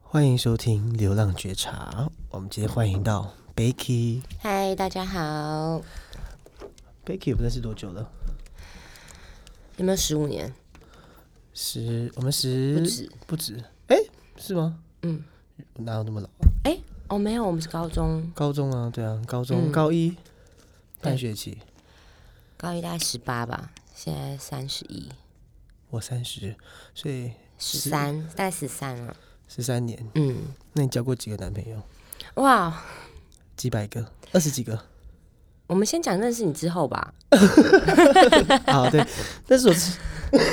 欢迎收听《流浪觉察》，我们今天欢迎到 Becky。嗨，大家好， Becky 我们认识多久了？有没有十五年？十，我们十不止不止，哎，是吗？嗯，哪有那么老？哎、哦，没有，我们是高中高中啊，对啊，高中、嗯高一半对学期，高一大概十八吧，现在三十一，我三十，所以十三，大概十三了。十三年。嗯，那你交过几个男朋友？哇，几百个？二十 几个？我们先讲认识你之后吧。啊，对，但是我之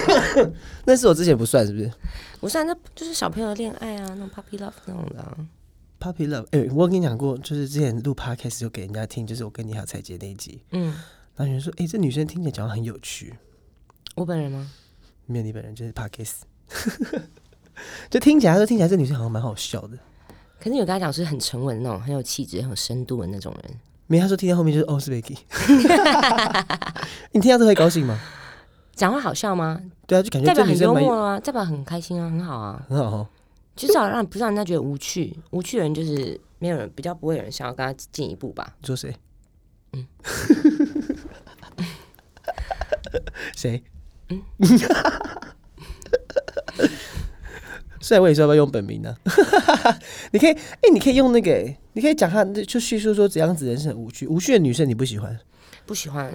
但是我之前不算，是不是我算这就是小朋友恋爱啊，那种 puppy love 那种的啊、 ？Puppy Love，哎、我跟你讲过，就是之前录 Podcast 有给人家听，就是我跟你还有彩姐那一集，嗯，然后有人说，哎、这女生听起来讲话很有趣，我本人吗？没有你本人就是 Podcast，就听起来说听起来这女生好像蛮好笑的，可是有跟他讲是很沉稳的那种，很有气质、很有深度的那种人。没有他说听到后面就是哦是 Becky，你听到这会高兴吗？讲话好笑吗？对啊，就感觉代这表女很生幽蛮默有了啊，代表很开心啊，很好啊。很好哦。就至少让不让人家觉得无趣，无趣的人就是没有人比较不会有人想要跟他进一步吧。你说谁？Mm. 谁？虽然我也是要不要用本名呢、 你可以，哎、你可以用那个、欸，你可以讲她，就叙述说怎样子人生很无趣，无趣的女生你不喜欢，不喜欢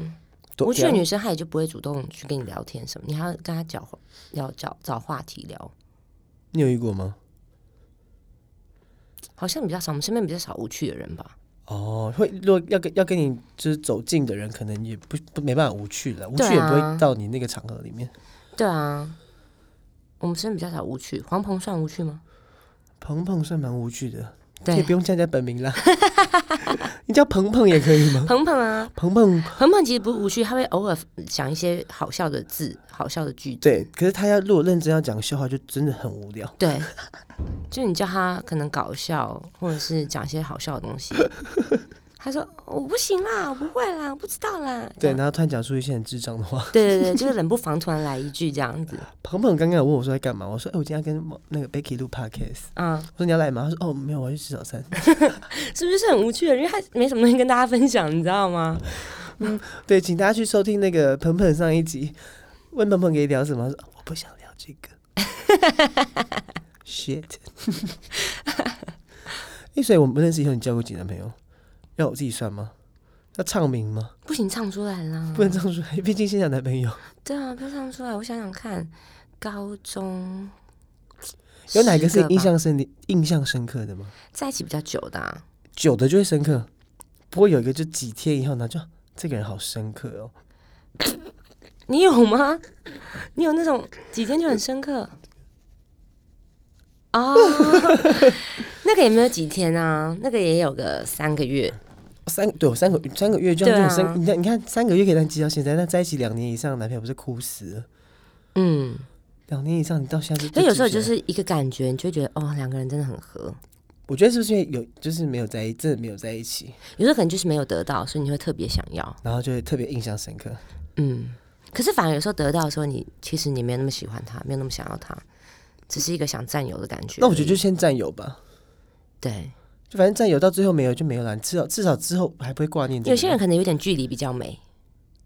多无趣的怎样女生，她也就不会主动去跟你聊天什么，你还要跟她找要找找话题聊，你有遇过吗？好像比较少，我们身边比较少无趣的人吧。哦，会如果要跟要跟你就是走近的人，可能也不不没办法无趣了，无趣对也不啊会到你那个场合里面。对啊，我们身边比较少无趣。黄鹏算无趣吗？鹏鹏算蛮无趣的，你也对不，用叫人家本名啦， 你叫鹏鹏也可以吗？ 鹏鹏啊，鹏鹏鹏鹏其实不无趣，他会偶尔讲一些好笑的字、好笑的句子。对，可是他要如果认真要讲笑话，就真的很无聊。对，就你叫他可能搞笑，或者是讲一些好笑的东 西，他说我不行啦，我不会啦，我不知道啦。这对，样然后突然讲出一些很智障的话。对对对，就是冷不防突然来一句这样子，鹏鹏刚刚有问我说在干嘛，我说哎、我今天要跟某那个 Becky 录 podcast，嗯。我说你要来吗？他说哦没有，我要去吃早餐。是不是很无趣的？因为他没什么东西跟大家分享，你知道吗？对，请大家去收听那个鹏鹏上一集，问鹏鹏可以聊什么，他说、哦我不想聊这个。Shit！哎、所以我们认识以后，你交过几个男朋友？要我自己算吗？要唱名吗？不行，唱出来啦！不能这样说，毕竟现在有男朋友对啊，不要唱出来。我想想看，高中有哪个是10吧印象深的、印象深刻的吗？在一起比较久的、啊？久的就会深刻，不会有一个就几天以后呢，就这个人好深刻哦。你有吗？你有那种几天就很深 刻哦？那个也没有几天啊，那个也有个三个月。三对我三个三个月就让这对种啊深，你看你看三个月可以让你记到现在，那在一起两年以上的男朋友不是哭死了？嗯，两年以上你到现在就，所以有时候记就不起来，是一个感觉，你就会觉得哦，两个人真的很合。我觉得是不是因为有就是没有在一真的没有在一起，有时候可能就是没有得到，所以你会特别想要。然后就会特别印象深刻。嗯，可是反而有时候得到的时候你，其实你没有那么喜欢他，没有那么想要他，只是一个想占有的感觉。那我觉得就先占有吧，对，就反正占有到最后没有就没有了，你至少至少之后还不会挂念这个。有些人可能有点距离比较美，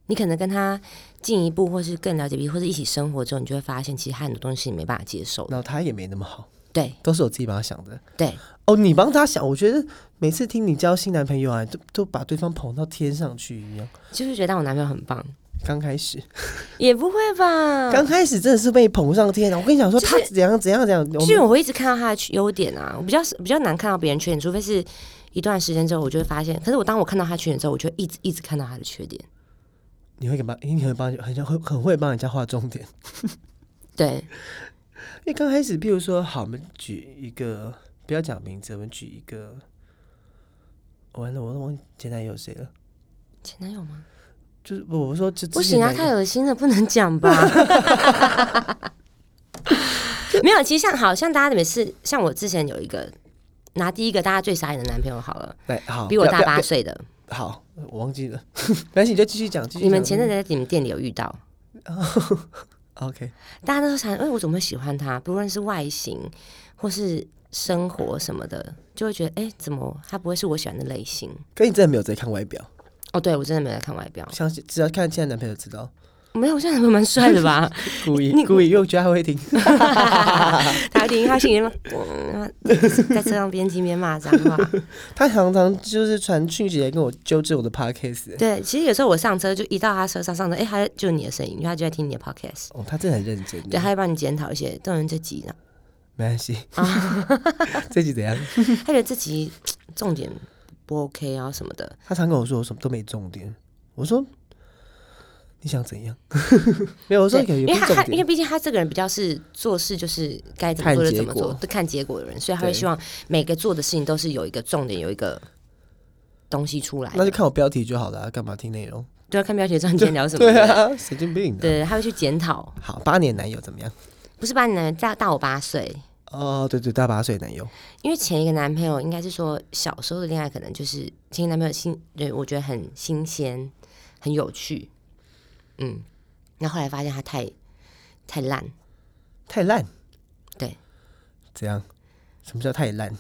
你可能跟他进一步，或是更了解彼此，或是一起生活之后，你就会发现其实他很多东西你没办法接受的。然后他也没那么好，对都是我自己帮他想的。对，哦，你帮他想，我觉得每次听你交新男朋友啊，都都把对方捧到天上去一样。就是觉得我男朋友很棒，刚开始，也不会吧？刚开始真的是被捧上天啊了。我跟你讲说，他怎样怎样怎样，我其实们我会一直看到他的优点啊，我比较比较难看到别人缺点，除非是一段时间之后，我就会发现。可是我当我看到他缺点之后，我就一直一直看到他的缺点。你会给帮，你会帮，很像会很会帮人家画重点。对，因为刚开始，譬如说，好，我们举一个，不要讲名字，我们举一个。完了，我都忘记前男友谁了。前男友吗？就是我说就不之前行啊，男友太恶心了，不能讲吧。 没有，其实像好像大家每次像我之前有一个拿第一个大家最傻眼的男朋友好了，来好，比我哦不要大不要八不岁的，要好，我忘记了。 没关系，你就继续讲，继续你们讲前阵子在你们店里有遇到， OK，大家都想，哎，我怎么会喜欢他？不论是外形或是生活什么的，就会觉得哎、诶怎么他不会是我喜欢的类型？可你真的没有在看外表，哦，对我真的没有在看外表，相信只要看现在男朋友知道，没有，我现在男朋友蛮帅的 吧？故意你故意，因为我觉得他会听。他一定他心里面嗯，在车上边听边骂脏话。 他常常就是传讯息来跟我纠正我的 podcast、欸。对，其实有时候我上车就一到他车上上车，哎、他就你的声音，因为他就在听你的 podcast，哦，他真的很认真。对，他，会帮你检讨一些，当然这集呢，没关系。啊 这集怎样？他觉得这集重点不 OK 啊什么的，他常跟我说我什么都没重点。我说你想怎样？ 没有，我说对，有因也不为他是重他因为点。毕竟他这个人比较是做事就是该怎么做看就怎么结做，果对，看结果的人，所以他会对希望每个做的事情都是有一个重点，有一个东西出来的。那就看我标题就好了、啊，干嘛听内容？对啊，看标题知道你今天聊什么。对啊，神经病的。对，他会去检讨，好，八年男友怎么样？不是把你男大大我八岁，哦，对对，大八岁男友，因为前一个男朋友应该是说小时候的恋爱可能就是前一个男朋友新，对我觉得很新鲜，很有趣，嗯，那后来发现他太太烂，太烂。对，怎样？什么叫太烂？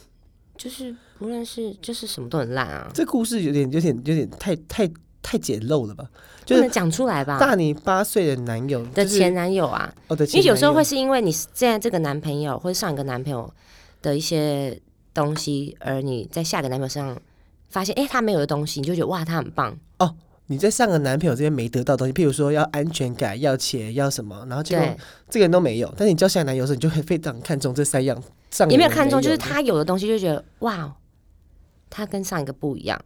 就是无论是就是什么都很烂啊，这故事有点有点有点太太太简陋了吧？就不是能讲出来吧？大你八岁的男友啊的就是前男友啊，哦的因前为有时候男会友是因为你现在这个男朋友或者上一个男朋友的一些东西，而你在下一个男朋友身上发现，哎、他没有的东西，你就觉得哇，他很棒，你在上个男朋友这边没得到的东西，譬如说要安全感、要钱、要什么，然后结果对，这个人都没有，但是你交下男友的时候，你就会非常看重这三样。上个也没有人看中，就是的，他有的东西就觉得哇，他跟上一个不一样，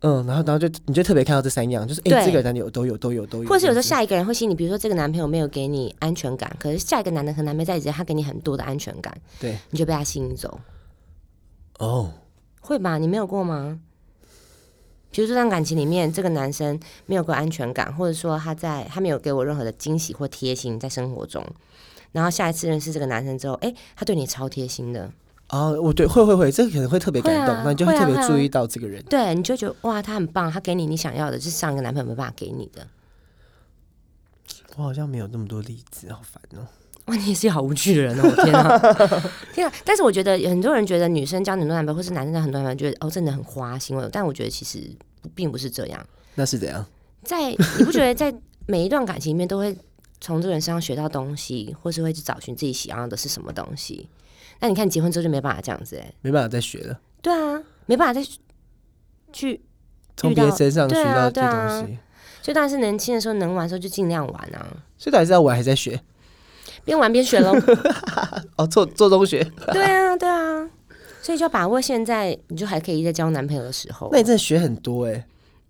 嗯，然后然后就你就特别看到这三样，就是哎、对这个男友都有都有都有，或者是有时这样候下一个人会心里，比如说这个男朋友没有给你安全感，可是下一个男的和男朋友在一起，他给你很多的安全感，子对你就被他吸引走，哦，会吧？你没有过吗？比如说，在感情里面，这个男生没有给我安全感，或者说他在他没有给我任何的惊喜或贴心，在生活中。然后下一次认识这个男生之后，哎，他对你超贴心的，哦，我对会会会，这个可能会特别感会动，啊那、你就会会啊特别会啊注意到这个人。对，你就觉得哇，他很棒，他给你你想要的，就是上一个男朋友没办法给你的。我好像没有那么多例子，好烦哦。哇，你也是一个好无趣的人哦！ 我天啊，天啊！但是我觉得很多人觉得女生交很多男朋友，或是男生交很多男朋友，觉得哦，真的很花心哦。但我觉得其实不并不是这样，那是怎样？在 你不觉得在每一段感情里面都会从这个人身上学到东西，或是会去找寻自己喜欢的是什么东西？那你看结婚之后就没办法这样子哎、没办法再学了，对啊，没办法再去去，从别人身上学对啊到这对啊东西，所以当然是年轻的时候能玩的时候就尽量玩啊，所以到底是要玩还是在学？边玩边学 喽。哦，做做中学，对啊，对啊，所以就要把握现在你就还可以在交男朋友的时候那。你真的学很多哎、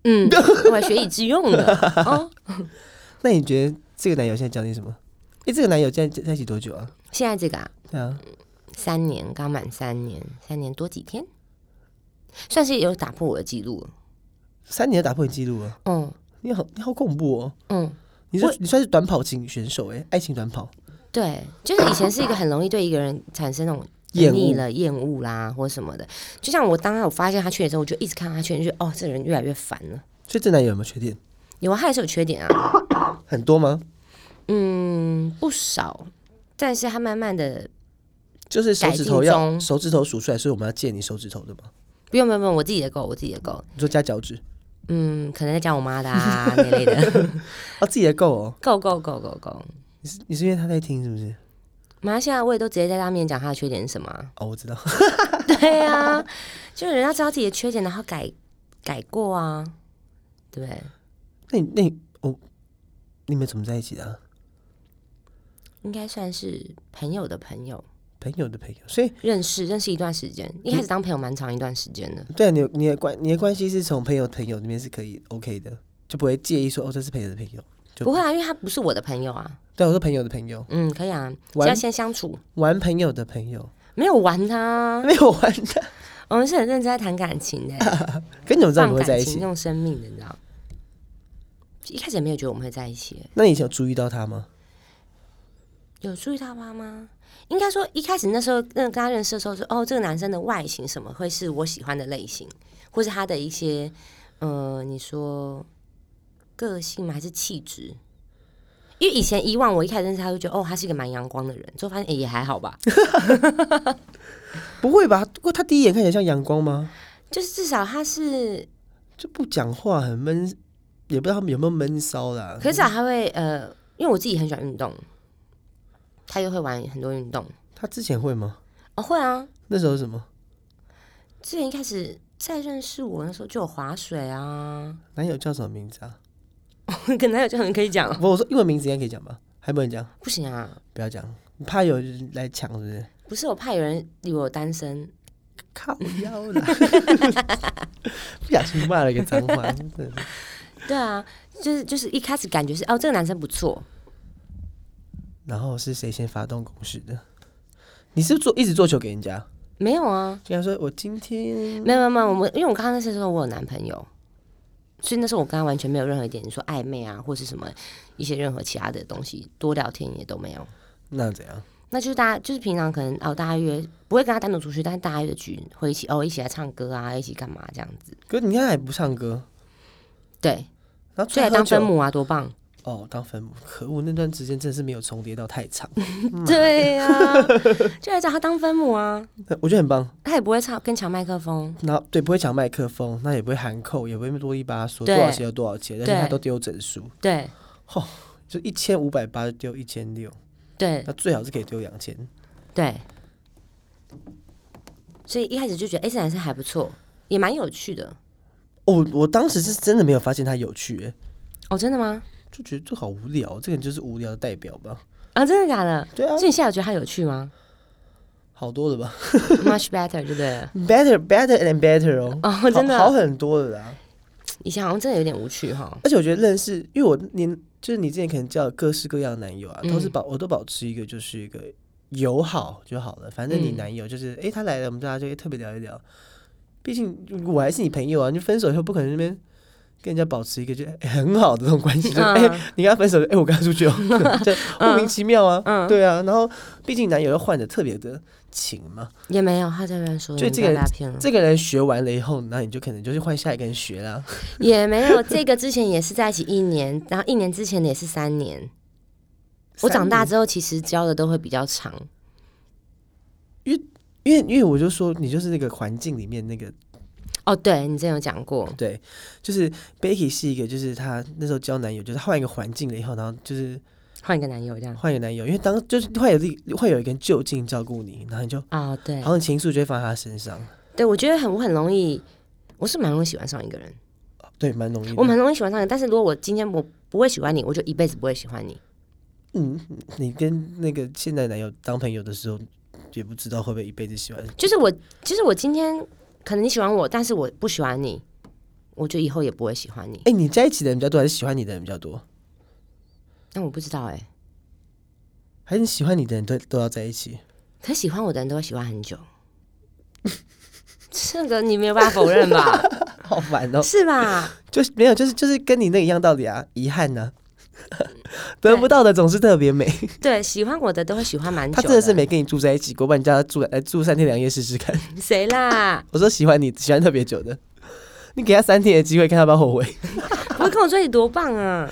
嗯，我还学以致用的哦。那你觉得这个男友现在教你什么？哎、这个男友在在一起多久啊？现在这个啊，对啊，三年刚满三年，三年多几天，算是有打破我的记录了。三年就打破你记录了，嗯你好你好恐怖哦！嗯，你是我你算是短跑型选手哎、爱情短跑，对，就是以前是一个很容易对一个人产生那种厌腻恶了、厌恶啦或什么的。就像我当然我发现他缺点之后，我就一直看他缺点，就觉得哦，这个人越来越烦了。所以这男友有没有缺点？有啊，他还是有缺点啊，很多吗？嗯，不少，但是他慢慢的，就是手指头改进要中手指头数出来，所以我们要借你手指头的吗？不用不用不用，我自己的够，我自己的够，你说加脚趾嗯，可能在讲我妈的啊那类的， 哦，自己的够哦。够够够够够。你是你是因为他在听是不是？马来西亚我也都直接在他面前讲他的缺点是什么 啊、哦，我知道，对啊，就是人家知道自己的缺点，然后改改过啊，对不对？那你那你哦，你们怎么在一起的啊、应该算是朋友的朋友，朋友的朋友，所以认识认识一段时间，一开始当朋友蛮长一段时间的。对啊，你你的关你的关系是从朋友朋友那边是可以 OK 的，就不会介意说哦这是朋友的朋友。就不会啊，因为他不是我的朋友啊。对啊，我说朋友的朋友，嗯，可以啊，只玩要先相处，玩朋友的朋友， 没有玩他，没有玩的。我们是很认真在谈感情的、 跟你怎么知道你放们会在感一情起？用生命的，你知道？一开始也没有觉得我们会在一起、啊那你以前有注意到他吗？有注意到他吗？应该说一开始那时候，那跟他认识的时候是哦，这个男生的外形什么会是我喜欢的类型，或是他的一些呃，你说个性吗？还是气质？因为以前以往我一开始认识他，就觉得哦，他是一个蛮阳光的人，之后发现、诶也还好吧。不会吧？不过他第一眼看起来像阳光吗？就是至少他是，就不讲话，很闷，也不知道他们有没有闷骚啦。可是至少他会呃，因为我自己很喜欢运动，他又会玩很多运动他之前会吗？哦，会啊。那时候是什么之前一开始在认识我那时候就有划水啊， 男友叫什么名字啊？跟男友就很可以讲哦，不，我说英文名字应该可以讲吧？还不能讲，不行啊，不要讲，你怕有人来抢是不是？不是我怕有人以为我单身，靠腰啦！ 不小心骂了一个脏话，真的是对啊，就是就是一开始感觉是哦，这个男生不错，然后是谁先发动攻势的？你是不是做一直做球给人家，没有啊，就跟他说我今天没有没有没有，我们因为我刚刚那时候我有男朋友，所以那时候我跟他完全没有任何一点说暧昧啊，或是什么一些任何其他的东西，多聊天也都没有。那怎样？那就是大家就是平常可能哦，大家约不会跟他单独出去，但是大家约的局会一起哦，一起来唱歌啊，一起干嘛这样子。可是你看他也不唱歌，对，然后出所以来来喝当酒分母啊，多棒！哦，当分母，可恶，那段时间真的是没有重叠到太长，对呀、啊，就来找他当分母啊，我觉得很棒。他也不会唱跟抢麦克风，然后对，不会抢麦克风，那也不会含扣，也不会啰里吧嗦，多对少钱有多少钱，而且对他都丢整数，对就一千五百八就丢一千六，对那最好是可以丢两千。对，所以一开始就觉得哎，这男生还不错，也蛮有趣的哦，我当时是真的没有发现他有趣、欸，哦，真的吗？就觉得这好无聊，这个人就是无聊的代表吧？啊，真的假的？对啊所，以你现在有觉得他有趣吗 好多了吧？Much better，对不对了？ ？Better, better and better 哦，哦，真好好的，很多了啦。以前好像真的有点无趣哈。而且我觉得认识，因为我年就是你之前可能交了各式各样的男友啊，嗯都是保我都保持一个就是一个友好就好了。反正你嗯男友就是诶，他来了，我们大家就特别聊一聊。毕竟我还是你朋友啊，你分手以后不可能那边跟人家保持一个就、诶很好的这种关系，就哎、嗯你跟他分手，哎、我跟他出去哦，就莫名其妙啊，对啊。然后毕竟男友又换的特别的勤嘛，也没有，他在乱说，就你这不要个被他骗了，这个人学完了以后，那你就可能就是换下一个人学啦。也没有。 这个之前也是在一起一年，然后一年之前的也是三年。我长大三年之后，其实教的都会比较长，因为因为我就说你就是那个环境里面那个哦，对你之前有讲过，对，就是 Becky 是一个，就是她那时候交男友，就是换一个环境了以后，然后就是换一个男友这样换一个男友，因为当就是会有一个会有一个人就近照顾你，然后你就啊、哦，对好，像情愫就会放在他身上，对我觉得很我很容易，我是蛮容易喜欢上一个人，对，蛮容易的。我蛮容易喜欢上一个人，但是如果我今天我不会喜欢你，我就一辈子不会喜欢你。嗯，你跟那个现在男友当朋友的时候，也不知道会不会一辈子喜欢。就是我，就是我今天可能你喜欢我，但是我不喜欢你，我就以后也不会喜欢你。哎、你在一起的人比较多，还是喜欢你的人比较多？但我不知道哎、还是你喜欢你的人都都要在一起？可喜欢我的人都会喜欢很久， 这个你没有办法否认 吧？好烦哦、是吧？就是没有，就是就是跟你那个一样道理啊，遗憾呢、 得不到的总是特别美。对，喜欢我的都会喜欢蛮久他真的是没跟你住在一起过，不然你叫他住来住三天两夜试试看。 谁啦？我说喜欢你，喜欢特别久的，你给他三天的机会，看他要不要后悔。不会跟我在一起多棒啊！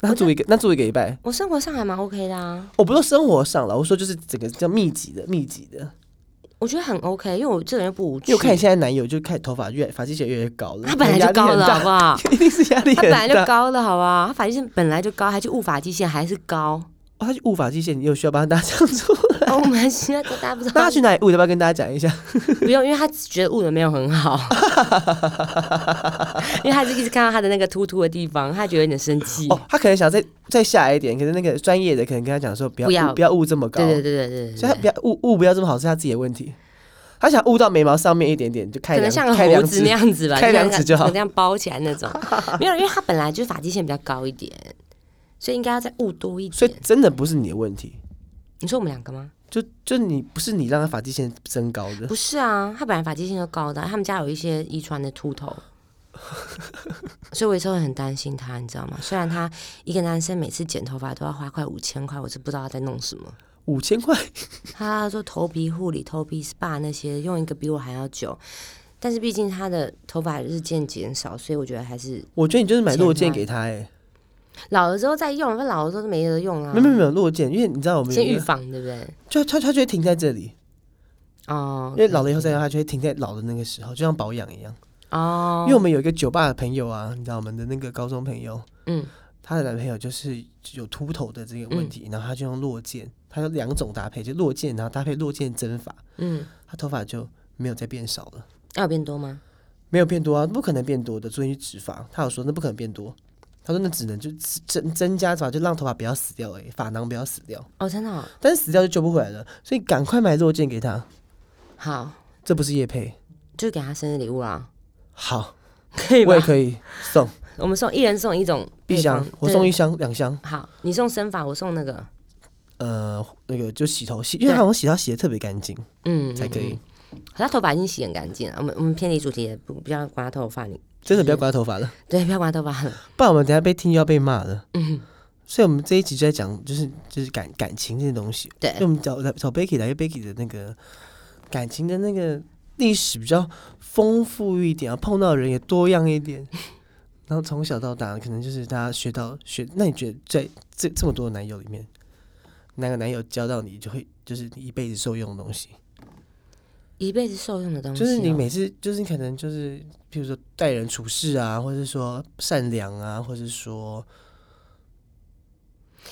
那他住一个，那住一个礼拜。我生活上还蛮 OK 的啊，我不说生活上了，我说就是整个叫密集的、密集的。我觉得很 OK，因为我这个人又不无因趣为我。看你现在男友就开始头发越发际线越来越高了，他本来就高了，好不好？ 一定是压力他很本来就大。高了，好不好？他发际线本来就高，还去误发际线，还是 高。哦，他去误发际线，你有需要帮他这样 做？哦，我们现在都大家不知那道他，去 哪里误？要不要跟大家讲一下？不用，因为他觉得误的没有很 好，因为他就一直看到他的那个突突的地方，他觉得有点生气。哦，他可能想再再下来一点，可是那个专业的可能跟他讲说，不要不要误不要误这么高。对对对对对所以他对不要雾雾不要这么好，是他自己的问题。他想雾到眉毛上面一点点，就开可能两像个开猴两子指那，样子吧，开就像两指就好可能这样包起来 那种。没有，因为他本来就发际线比较高一点，所以应该要再雾多一所以点。真的不是你的问题，你说我们两个吗？就就你不是你让他发际线增高的，不是啊，他本来发际线就高的，啊他们家有一些遗传的 秃头，所以我有时候很担心他，你知道吗？虽然他一个男生每次剪头发都要花快五千块，我是不知道他在弄什么。五千块，他做头皮护理、头皮 SPA 那些，用一个比我还要久。但是毕竟他的头发日渐减少，所以我觉得还是我觉得你就是买钱啊落剑给他哎、老了之后再用，那老了之后就没得用啦、啊没有没有没有落剑，因为你知道我们有先一预个防，对不对？就他他就会停在这里，哦因为老了以后再聊，它就会停在老的那个时候，就像保养一样。哦，因为我们有一个酒吧的朋友啊，你知道我们的那个高中朋友，嗯她的男朋友就是有秃头的这个问题，然后她就用落剑，她有两种搭配，就落剑，然后搭配落剑针法，嗯，她头发就没有再变少了，那有变多吗？没有变多啊，不可能变多的，昨天去植发，她有说那不可能变多，她说那只能就只增增加法，就让头发不要死掉而已，发囊不要死掉，哦，真的哦、但是死掉就救不回来了，所以赶快买落剑给她，好，这不是叶配，就给他生日礼物啊啦，好，可以吧我也？可以送我们送一人送一种一箱配方，我送对一箱两箱。好，你送生发，我送那个，呃，那个就洗头洗，因为对他好像洗头洗的特别干净嗯，才可以嗯。，嗯他头发已经洗很干净了。我们我们偏离主题也不不要管他头发，你真的不要管他头发了，对不要管他头发了。 不然我们等一下被听就要被骂了。嗯，所以我们这一集就在讲，就是就是感感情这些东西。对所以我们找找 Becky 来因为，Becky 的那个感情的那个历史比较丰富一点，然后啊碰到的人也多样一 点。然后从小到大，可能就是大家学到学。那你觉得在这这么多的男友里面，哪个男友教到你就会就是你一辈子受用的东西？一辈子受用的东西哦、就是你每次，就是你可能就是，譬如说待人处事啊，或者是说善良啊，或者是说，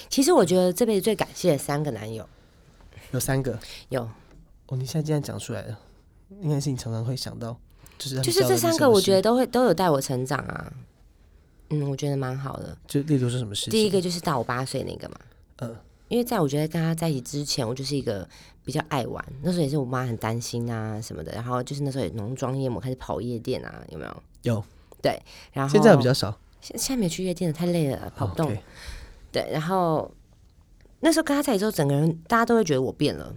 其实我觉得这辈子最感谢三个男友，有三个有哦，你现在这样讲出来了，应该是你常常会想到，就是他们就是教了这你三什个，么我事觉得都会都有带我成长啊。嗯，我觉得蛮好的。就例如说什么事情，第一个就是大我八岁那个嘛，嗯因为在我觉得跟他在一起之前，我就是一个比较爱玩，那时候也是我妈很担心啊什么的，然后就是那时候也浓妆艳抹，开始跑夜店啊，有没有？有，对，然后现在比较少，现现在没有去夜店了，太累了，跑不动。哦，OK 对，然后那时候跟他在一起之后，整个人大家都会觉得我变了，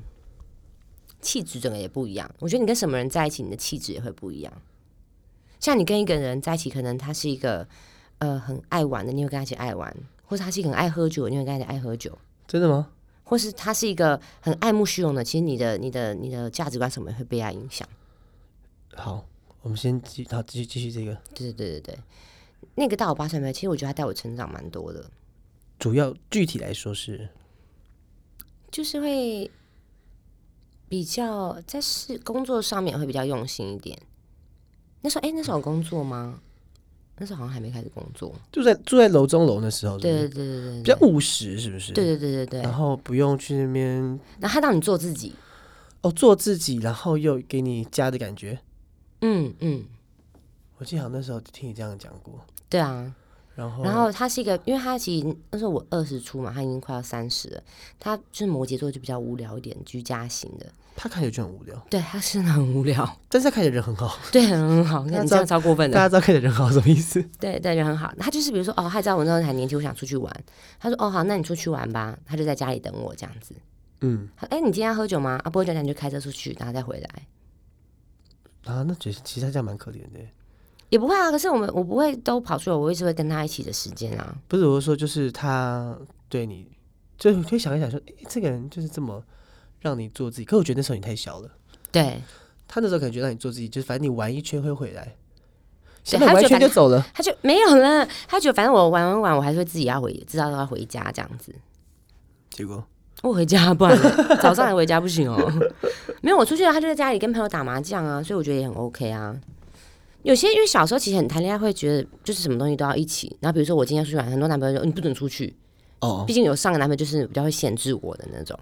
气质整个也不一样。我觉得你跟什么人在一起，你的气质也会不一样。像你跟一个人在一起，可能他是一个呃很爱玩的，你会跟他一起爱玩；或者他是一个很爱喝酒，你会跟他一起爱喝酒；真的吗？或是他是一个很爱慕虚荣的，其实你的、你的、你的价值观什么也会被他影响。好，我们先继好继续继续这个，对对对对对，那个大我八岁没有，其实我觉得他带我成长蛮多的。主要具体来说是就是会比较在事工作上面会比较用心一点。那时候，哎、那时候有工作吗？那时候好像还没开始工作。住在住在楼中楼的时候是不对是，对对对对比较务实，是不是？对对对对对。然后不用去那边然后他让你做自己，哦，做自己，然后又给你家的感觉。嗯嗯，我记得好像那时候听你这样讲过，对啊。然后然后他是一个，因为他其实那时候我二十出嘛，他已经快要三十了。他就是摩羯座，就比较无聊一点，居家型的。他看起来就很无聊，对，他真的很无聊，但是他看起来人很好，对，很好。大家看你知道这样超过分大的。家知道看起来人好什么意思？对对，人很好。他就是比如说，哦，他知道我那时候还年轻，我想出去玩。他说，哦，好，那你出去玩吧。他就在家里等我这样子。嗯，他哎，你今天要喝酒吗？啊，不喝酒，那你就开车出去，然后再回来。啊，那觉得其实他这样蛮可怜的耶，也不会啊，可是我们我不会都跑出来，我一直会跟他一起的时间啊。不是我是说就是他对你，就会想一想说，诶，这个人就是这么让你做自己，可我觉得那时候你太小了，对，他那时候可能觉得让你做自己，就是反正你玩一圈会回来，对现在他玩一就圈就走了，他就没有了，他觉得反正我玩玩玩，我还是会自己要回，知道要回家这样子。 结果我回家，不然呢早上还回家不行哦。 没有，我出去了，他就在家里跟朋友打麻将啊，所以我觉得也很 OK 啊。有些因为小时候其实很谈恋爱，会觉得就是什么东西都要一起。然后比如说我今天出去玩，很多男朋友就说你不准出去，哦毕，竟有上个男朋友就是比较会限制我的那种。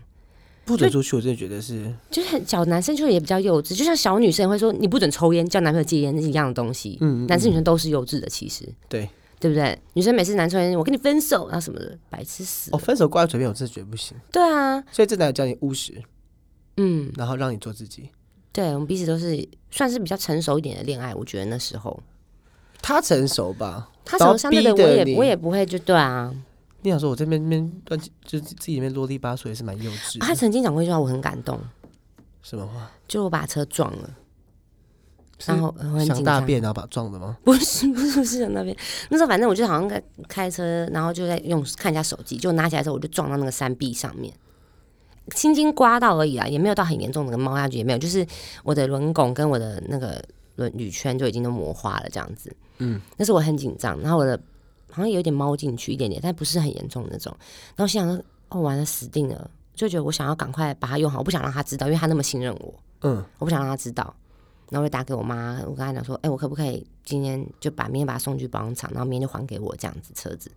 不准出去，我真的觉得是就是很小男生就也比较幼稚，就像小女生也会说你不准抽烟，叫男朋友戒烟那是一样的东西。嗯嗯男生女生都是幼稚的，其实对对不对？女生每次男生抽烟，我跟你分手啊什么的，白痴死哦，了分手挂在嘴边，我真的觉得不行，对啊，所以这男的教你务实，嗯，然后让你做自己。对我们彼此都是算是比较成熟一点的恋爱，我觉得那时候他成熟吧？他什么相对的然后逼我得也你我也不会就对啊。你想说我这边边乱七，就自己里面啰里吧嗦也是蛮幼稚他的。曾经讲过一句话，我很感动，什么话？就我把车撞了，然后我很是想紧大张。便然后把撞的吗？不是不是不是那边， 那时候反正我就好像在开车，然后就在用看一下手机，就拿起来的时候我就撞到那个山壁上面，轻轻刮到而已啊，也没有到很严重的猫下去，也没有，就是我的轮拱跟我的那个轮铝圈就已经都磨花了这样子。嗯，那时候我很紧张，然后我的好像有点猫进去一点点，但不是很严重的那种。然后我心想说，哦，完了死定了，就觉得我想要赶快把它用好，我不想让他知道，因为他那么信任我。嗯我不想让他知道。然后我就打给我妈，我跟她讲说，哎、我可不可以今天就把明天把它送去保养厂，然后明天就还给我这样子车子？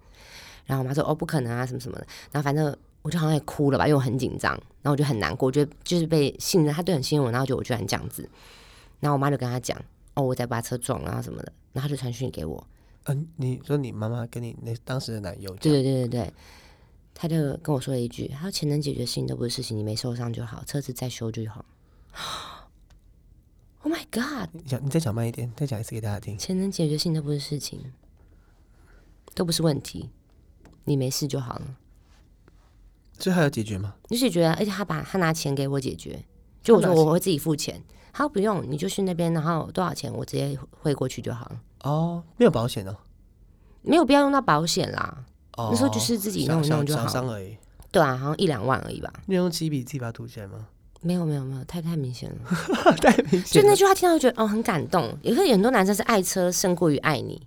然后我妈说，哦，不可能啊，什么什么的。然后反正我就好像也哭了吧，因为我很紧张，然后我就很难过，我觉得就是被信任，他对很信任我，然后就我居然这样子。然后我妈就跟他讲，哦，我在把车撞了，然后什么的，然后他就传讯给我，嗯，你说你妈妈跟你那当时的男友对讲，对对对对，他就跟我说了一句：“他说钱能解决的事情都不是事情，你没受伤就好，车子再修就好。” Oh my god！你讲你再讲慢一点，再讲一次给大家听。钱能解决的事情都不是事情，都不是问题，你没事就好了。最后有解决吗？你解决啊，而且他把他拿钱给我解决，就我他说拿我会自己付钱，他说不用，你就去那边，然后多少钱我直接汇过去就好了，哦，没有保险哦。没有必要用到保险啦。哦，那时候就是自己小弄一小弄就小好伤了，而已。对啊，好像一两万而已吧。你有用铅笔自己把它涂起来吗？ 没有没有没有，太太明显了。太明就显了。那句话听到就觉得哦很感动，也是很多男生是爱车胜过于爱你，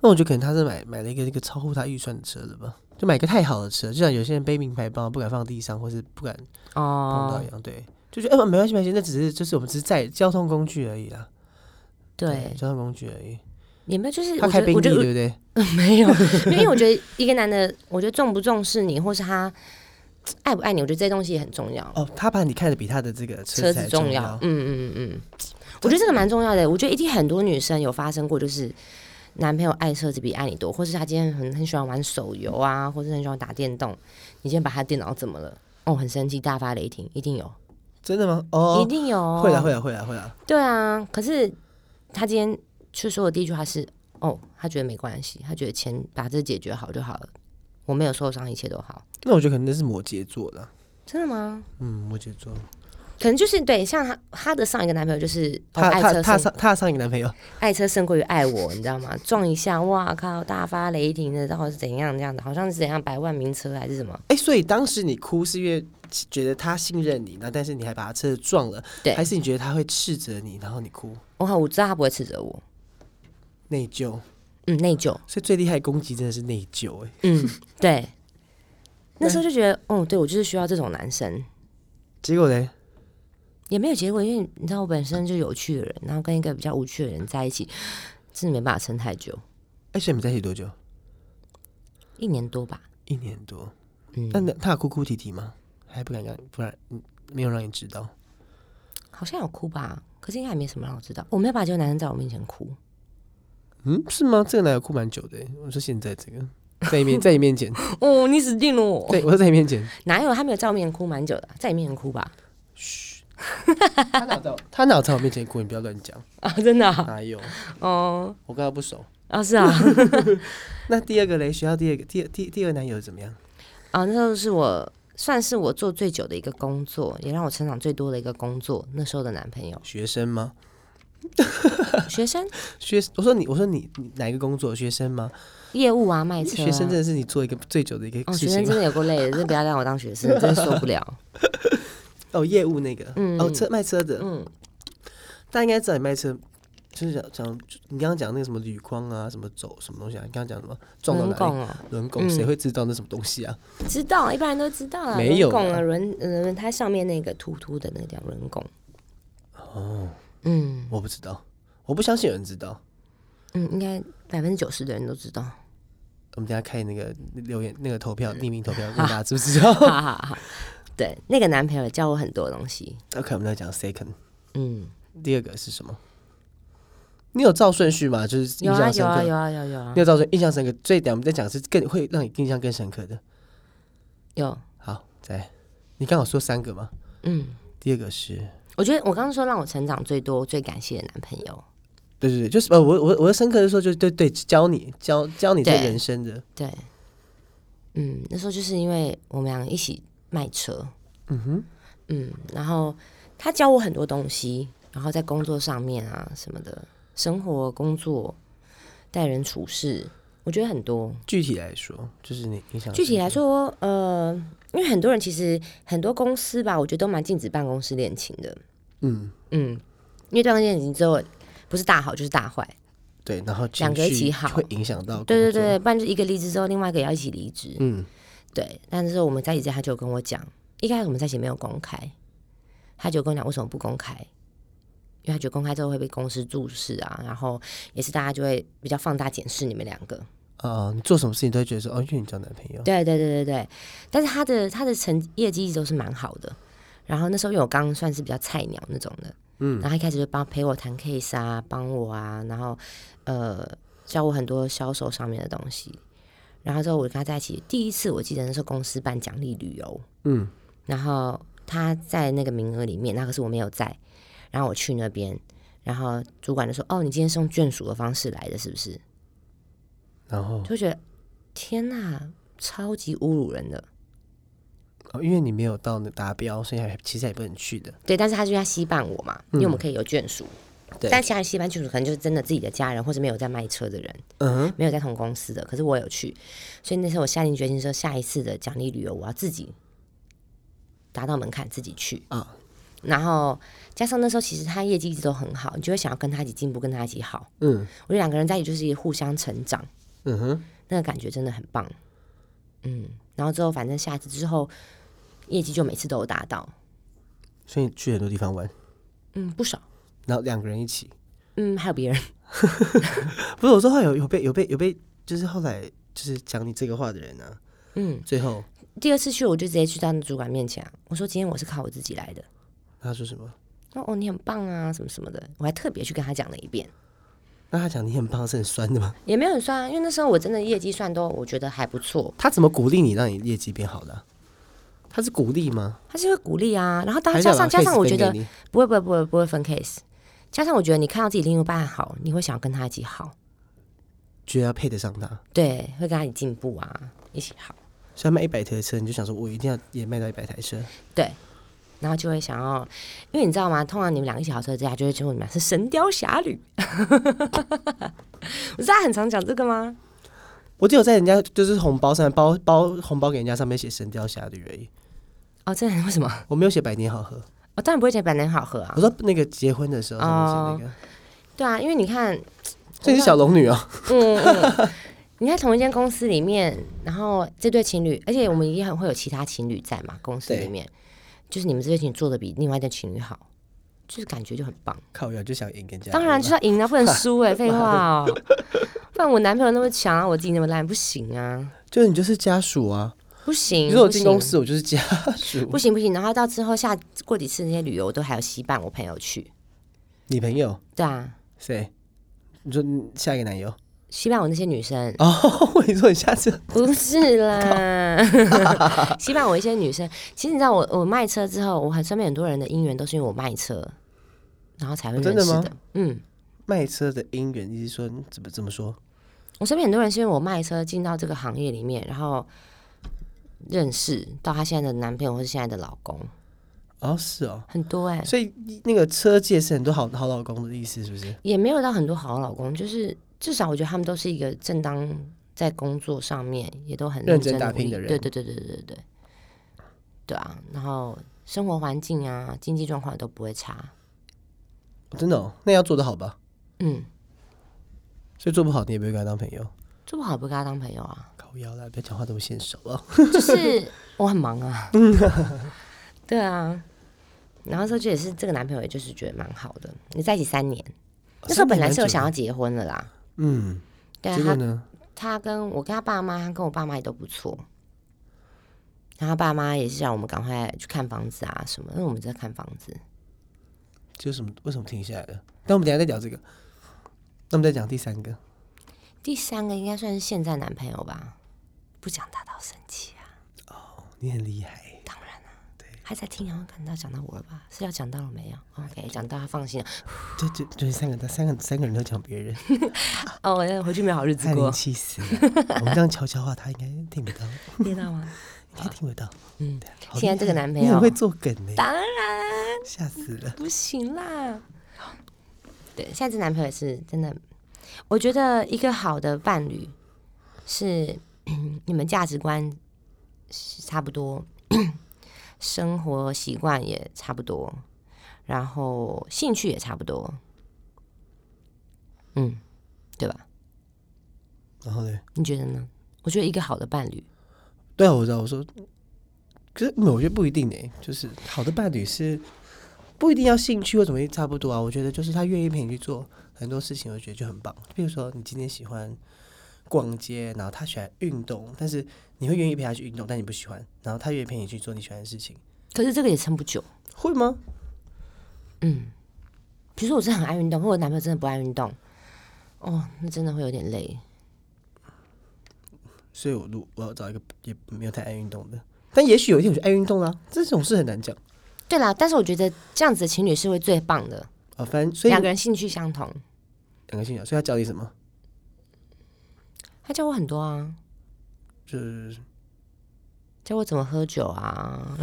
那我觉得可能他是买买了一个一个超乎他预算的车了吧，就买一个太好的车，就像有些人背名牌包不敢放地上，或是不敢碰到哦一，样，对，就觉得哎、没关系没关系，那只是就是我们只是在交通工具而已啦，对，交通工具而已。也没有就是他我开觉宾得利我觉对得不对？没有， 因为我觉得一个男的，我觉得重不重视你，或是他嘖爱不爱你，我觉得这些东西也很重要，哦，他把你看的比他的这个车子还子重要，嗯嗯嗯嗯，我觉得这个蛮重要的，我觉得一定很多女生有发生过，就是男朋友爱车子比爱你多，或是他今天很很喜欢玩手游啊，或是很喜欢打电动，你今天把他电脑怎么了？哦，很生气，大发雷霆，一定有，真的吗？一哦，定有哦，会啦会啦会啦会啦，对啊，可是他今天去说的第一句话是：“哦，他觉得没关系，他觉得钱把这解决好就好了，我没有受伤，一切都好。那我觉得可能那是摩羯座的，”真的吗？嗯，摩羯座，可能就是对，像她她的上一个男朋友就是、哦、他爱他车他胜上他上一个男朋 友，爱车胜过于爱我，你知道吗？撞一下，哇靠，大发雷霆的，然后是怎样这样子，好像是怎样百万名车还是什么？哎，所以当时你哭是因为觉得他信任你，那但是你还把他车子撞了，对还是你觉得他会斥责你，然后你哭我好，我知道他不会斥责我，内疚？嗯，内疚，所以最厉害的攻击真的是内疚，哎，嗯，对。那时候就觉得，哦，对我就是需要这种男生。结果呢？也没有结果，因为你知道我本身就有趣的人，然后跟一个比较无趣的人在一起，真的没办法撑太久，哎，所以你们在一起多久？一年多吧。一年多。嗯，那那他有哭哭啼啼吗？还不敢让，不然嗯没有让你知道。好像有哭吧，可是应该也没什么让我知道。我没有把这个男生在我面前 哭，嗯，是吗？这个男友哭蛮久的欸。我说现在这个，在 你面，在你面前，哦，你死定了我！对我说在你面前。哪有他没有在我面前哭蛮久的，在你面前哭吧？ 他哪有在我他哪有在我面前哭？你不要乱讲，啊，真 的啊、哪有？ 哦，哎我跟他不熟。啊是啊，那第二个嘞，学校第二个，第二第第二男友怎么样？，啊那时候是我算是我做最久的一个工作，也让我成长最多的一个工作。那时候的男朋友 学生吗？学生学，我说你，我说你，你哪一个工作？学生吗？业务啊，卖车啊、学生真的是你做一个最久的一个哦，事学生情真吗？的有够累的，真的不要让我当学生，真的受 不了。哦，业务那个，嗯哦，车卖车的，嗯，大家应该知道你卖车，就是讲讲就你刚刚讲那个什么铝框啊，什么走什么东西啊？你刚刚讲什么撞到轮哪里？拱哦，轮拱嗯谁会知道那什么东西啊？知道，一般人都知道啦。没有轮拱啦啊，轮呃轮胎上面那个凸凸的那个叫轮拱。哦，嗯我不知道，我不相信有人知道。嗯，应该百分之九十的人 都知道。我们等一下开那个留言那个投票，匿名投票，问大家知不知道 哈哈哈。对，那个男朋友教我很多东西。 ？OK，我们来讲 second，嗯，第二个是什么？你有照顺序吗？就是有印啊象深有刻。啊有啊有啊有啊你有照顺印象深刻，最等一下我们再讲是更会让你印象更深刻的。有。好，再来你刚好说三个吗？嗯，第二个是，我觉得我刚刚说让我成长最多、最感谢的男朋友。对对对，就是呃，我我我深刻的说，就是对对，教你教教你这对人生的，对，嗯，那时候就是因为我们俩一起卖车，嗯哼，嗯，然后他教我很多东西，然后在工作上面啊什么的，生活、工作、待人处事，我觉得很多。具体来说，就是你影响具体来，说，呃，因为很多人其实很多公司吧，我觉得都蛮禁止办公室恋情的，嗯，嗯，因为办公室恋情之后不是大好就是大坏，对，然后两个一情绪起好会影响到，对对，对，不然就是一个离职之后，另外一个也要一起离职，嗯，对，但是我们在一起之前，他就有跟我讲，一开始我们在一起没有公开，他就跟我讲为什么不公开，因为他觉得公开之后会被公司注视啊，然后也是大家就会比较放大检视你们两个。啊、你做什么事情都会觉得说，哦，因为你交男朋友，对对对对对，但是他的他的成业绩一直都是蛮好的。然后那时候因为我刚算是比较菜鸟那种的，嗯，然后他一开始就帮陪我谈 case 啊，帮我啊，然后呃教我很多销售上面的东西。然后之后我跟他在一起，第一次我记得那时候公司办奖励旅游，嗯，然后他在那个名额里面，那可是我没有在，然后我去那边，然后主管就说：“哦，你今天是用眷属的方式来的，是不是？”然后、就觉得天呐，超级侮辱人的。哦因为你没有到那达标，所以还其实还不能去的。对，但是他就要稀办我嘛，因为我们可以有眷属。对但其他人稀办眷属可能就是真的自己的家人，或是没有在卖车的人，嗯哼，没有在同公司的。可是我有去，所以那时候我下定决心说，下一次的奖励旅游我要自己达到门槛自己去。啊，然后加上那时候其实他业绩一直都很好，你就会想要跟他一起进步，跟他一起好。嗯我觉得两个人在一起就是互相成长。嗯哼，那个感觉真的很棒。嗯，然后之后反正下次之后业绩就每次都有达到，所以你去很多地方玩，嗯，不少，然后两个人一起。嗯，还有别人，不是我说话有有被有被有被，就是后来就是讲你这个话的人啊，嗯，最后第二次去我就直接去到那主管面前啊、我说今天我是靠我自己来的，他说什么？他说哦你很棒啊什么什么的，我还特别去跟他讲了一遍，那他讲你很棒是很酸的吗？也没有很算啊，因为那时候我真的业绩算都我觉得还不错，他怎么鼓励你让你业绩变好的啊、他是鼓励吗？他是会鼓励啊，然后当还是加要把上加上 case 我觉得分给你不会不会不会不会分 case，加上我觉得你看到自己另一半好，你会想要跟他一起好，觉得要配得上他，对，会跟他一起进步啊，一起好。所以他卖一百台车，你就想说我一定要也卖到一百台车，然后就会想要，因为你知道吗？通常你们两个一起好车之下，就会说你们俩是《神雕侠侣》。我知道他很常讲这个吗？我只有在人家就是红包上包包红包给人家上面写《神雕侠侣》而已，哦，真的？为什么？我没有写百年好合。我、哦当然不会觉得百年好合啊我。说那个结婚的时候上面写那个，对啊，因为你 看，所以你是小龙女哦，嗯嗯，你在同一间公司里面，然后这对情侣，而且我们也很会有其他情侣在嘛，公司里面，就是你们这对情侣做的比另外一对情侣好，就是感觉就很棒。靠远就想赢人家，当然就是要赢啊，不能输 哎、废话哦。不然我男朋友那么强啊，我自己那么烂，不行啊，就是你就是家属啊，不行。你说我不进行公司我就是家属 不，行不行，然后到之后下过几次那些旅游，我都还有稀办我朋友去。你朋友对啊，谁？你说你下一个男友稀办我那些女生哦？ 我跟你说你下次不是啦， 稀办我一些女生。其实你知道我，我卖车之后，我很身边很多人的姻缘都是因为我卖车，然后才会哦认真识的吗嗯，卖车的姻缘，你是说你怎么怎么说？我身边很多人是因为我卖车进到这个行业里面，然后认识到她现在的男朋友或是现在的老公，哦，是哦，很多哎、所以那个车界是很多好好老公的意思，是不是？也没有到很多好老公，就是至少我觉得他们都是一个正当在工作上面也都很认真真打努拼力的人对对对对对对对，对啊，然后生活环境啊、经济状况也都不会差，真的哦，那要做得好吧？嗯，所以做不好你也不会跟他当朋友。做不好也不会跟他当朋友啊，靠腰啦，不要讲话这么现手哦。就是 我很忙啊，对啊，然后说这也是这个男朋友，也就是觉得蛮好的，你在一起三年，那时候本来是有想要结婚的啦，嗯，对啊，结他果呢？他跟我跟他爸妈，他跟我爸妈也都不错。然后他爸妈也是让我们赶快去看房子啊什么，因为我们在看房子。就什么？为什么停下来了？那我们等一下再聊这个。那我们再讲第三个，第三个应该算是现在男朋友吧，不讲他到生气啊，你很厉害，还在听，然后看到讲到我了吧？是要讲到了没有？OK，讲到他放心了。就就就三个，三个三个人都讲别 人，哦，我回去没有好日子害人过，气死了。 我们这样悄悄话，他应该听不到，应听到吗？该听不到。嗯对啊，好现在厉这个害男朋你友很会做梗呢，当然吓死了。不行啦。对，现在这男朋友也是真的，我觉得一个好的伴侣是 你们价值观是差不多， 生活习惯也差不多，然后兴趣也差不多，嗯，对吧？然后呢？你觉得呢？我觉得一个好的伴侣，对啊，我知道。我说，可是我觉得不一定呢。就是好的伴侣是不一定要兴趣或怎么差不多啊。我觉得就是他愿意陪你去做很多事情，我觉得就很棒。比如说你今天喜欢逛街，然后他喜欢运动，但是你会愿意陪他去运动，但你不喜欢，然后他愿意陪你去做你喜欢的事情，可是这个也撑不久。会吗？比如说我真的很爱运动，或者我男朋友真的不爱运动，哦，那真的会有点累。所以我如我要找一个也没有太爱运动的，但也许有一天我就爱运动啦、啊这种事很难讲对啦，但是我觉得这样子的情侣是会最棒的，啊。反正所以两个人兴趣相同。两个性格，所以他教你什么？他教我很多啊，就是教我怎么喝酒啊，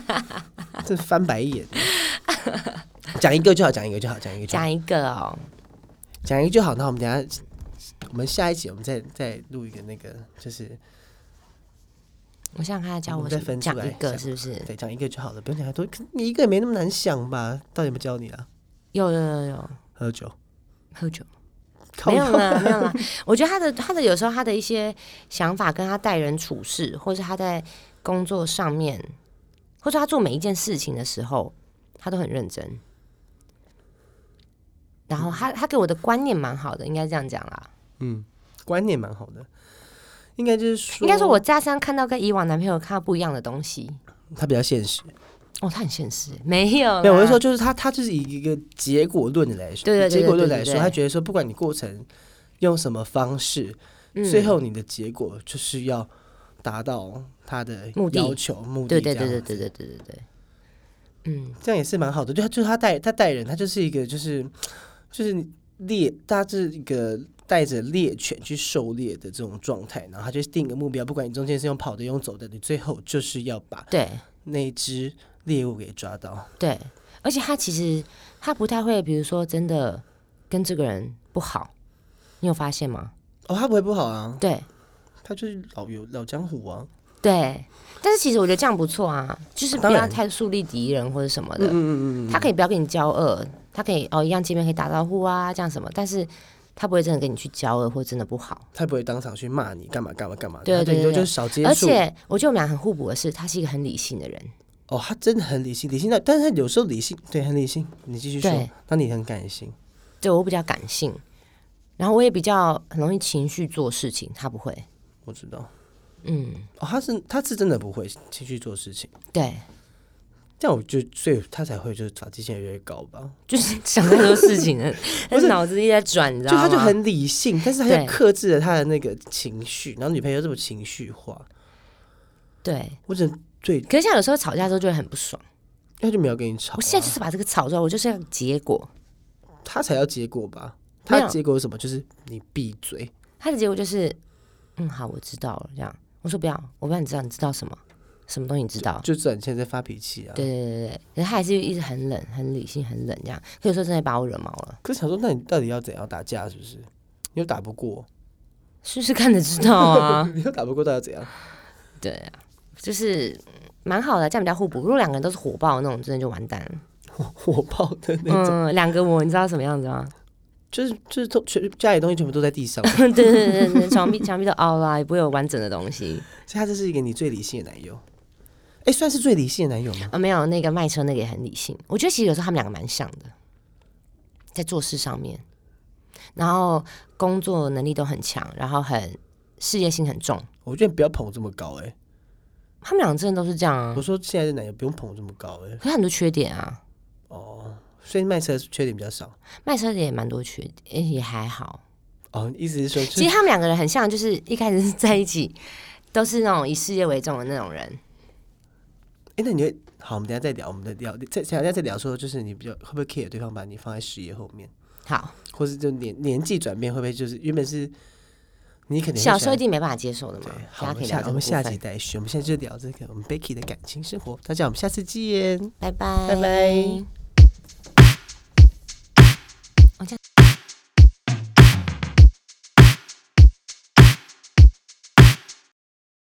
这翻白眼， 讲一个就好，讲一个就好，讲一个就好，讲一个哦，讲一个就好。那我们等一下，我们下一集我们再再录一个那个，就是我想想看他教我我们再什么分出讲来一个想是不是？对讲一个就好了，不用讲太多。可你一个也没那么难想吧？到底有没有教你啊？有有有有喝酒，喝酒。靠没有腰 啦，没有啦。我觉得他的他的有时候他的一些想法，跟他待人处事，或是他在工作上面，或者他做每一件事情的时候，他都很认真。然后他他给我的观念蛮好的，应该这样讲啦。嗯观念蛮好的，应该就是说，应该说我在身上看到跟以往男朋友看到不一样的东西。他比较现实。哦，他很现实，没有，没有，我是说，，就是他，他就是以一个结果论的来说，嗯对对对对结果论来对说，对对他觉得说，不管你过程用什么方式，嗯最后你的结果就是要达到他的目的要求目的对这对样子，对对对对对对对，嗯，这样也是蛮好的。就他就是他带他带人，他就是一个就是就是猎，他是一个带着猎犬去狩猎的这种状态，然后他就定个目标，不管你中间是用跑的用走的，你最后就是要把对。那只猎物给抓到。对，而且他其实他不太会，比如说真的跟这个人不好，你有发现吗？哦，他不会不好啊，对他就是老有老江湖啊。对，但是其实我觉得这样不错啊，就是不当要然太树立敌人或者什么的，嗯嗯嗯嗯，他可以不要跟你交恶，他可以哦一样见面可以打招呼啊这样什么，但是他不会真的跟你去交恶或真的不好。他不会当场去骂你干嘛干嘛干嘛的，对他对顶对多对就是少接触。而且我觉得我们俩很互补的是，他是一个很理性的人，哦，他真的很理性，理性到，但是他有时候理性，对，很理性。你继续说对，那你很感性，对我比较感性，然后我也比较很容易情绪做事情，他不会。我知道。嗯，哦，他是他是真的不会情绪做事情，对，这样我就所以他才会就是发际线越来越高吧。就是想太多事情了，但是脑子一直在转，你知就道吗？他就很理性，但是他对又克制了他的那个情绪，然后女朋友这么情绪化，对。我只能对，可是像有时候吵架的时候就会很不爽，他就没有跟你吵、啊我，现在就是把这个吵出来，我就是要结果。他才要结果吧。没他有的结果是什么？就是你闭嘴。他的结果就是，嗯，好，我知道了，这样。我说不要，我不让你知道，你知道什么？什么东西你知道？就知道你现在在发脾气啊。对对对对对。可是他还是一直很冷，很理性，很冷这样。可有时候真的把我惹毛了，可是想说，那你到底要怎样打架？是不是？你又打不过， 试试看才知道啊。你又打不过，到底要怎样？ 对啊，就是嗯蛮好的，这样比较互补。如果两个人都是火爆的那种，真的就完蛋了。火爆的那种，嗯，两个我，你知道什么样子吗？就是就是都全家里东西全部都在地上， 对对对对对，墙壁墙壁都凹啦，也不会有完整的东西所以他这是一个你最理性的男友。哎、算是最理性的男友吗？啊。没有那个卖车那个也很理性，我觉得其实有时候他们两个蛮像的，在做事上面，然后工作能力都很强，然后很事业心很重。我觉得你不要捧我这么高哎、他们两个真的都是这样啊我，说现在的男友不用捧我这么高哎、可是很多缺点啊，哦，所以卖车缺点比较少。卖车的也蛮多缺点，诶也还好。哦，意思是说，就其实是他们两个人很像，就是一开始是在一起，都是那种以事业为重的那种人。哎、那你会好？我们等一下再聊，我们再聊，再等一下再聊说，就是你比较会不会 care 对方把你放在事业后面，好，或是就年年纪转变会不会就是原本是你肯定小时候一定没办法接受的嘛对，，大好，家我们下可以聊这个我们部下分集待续，我们现在就聊这个我们 Becky 的感情生活。大家，我们下次见。拜拜，拜拜。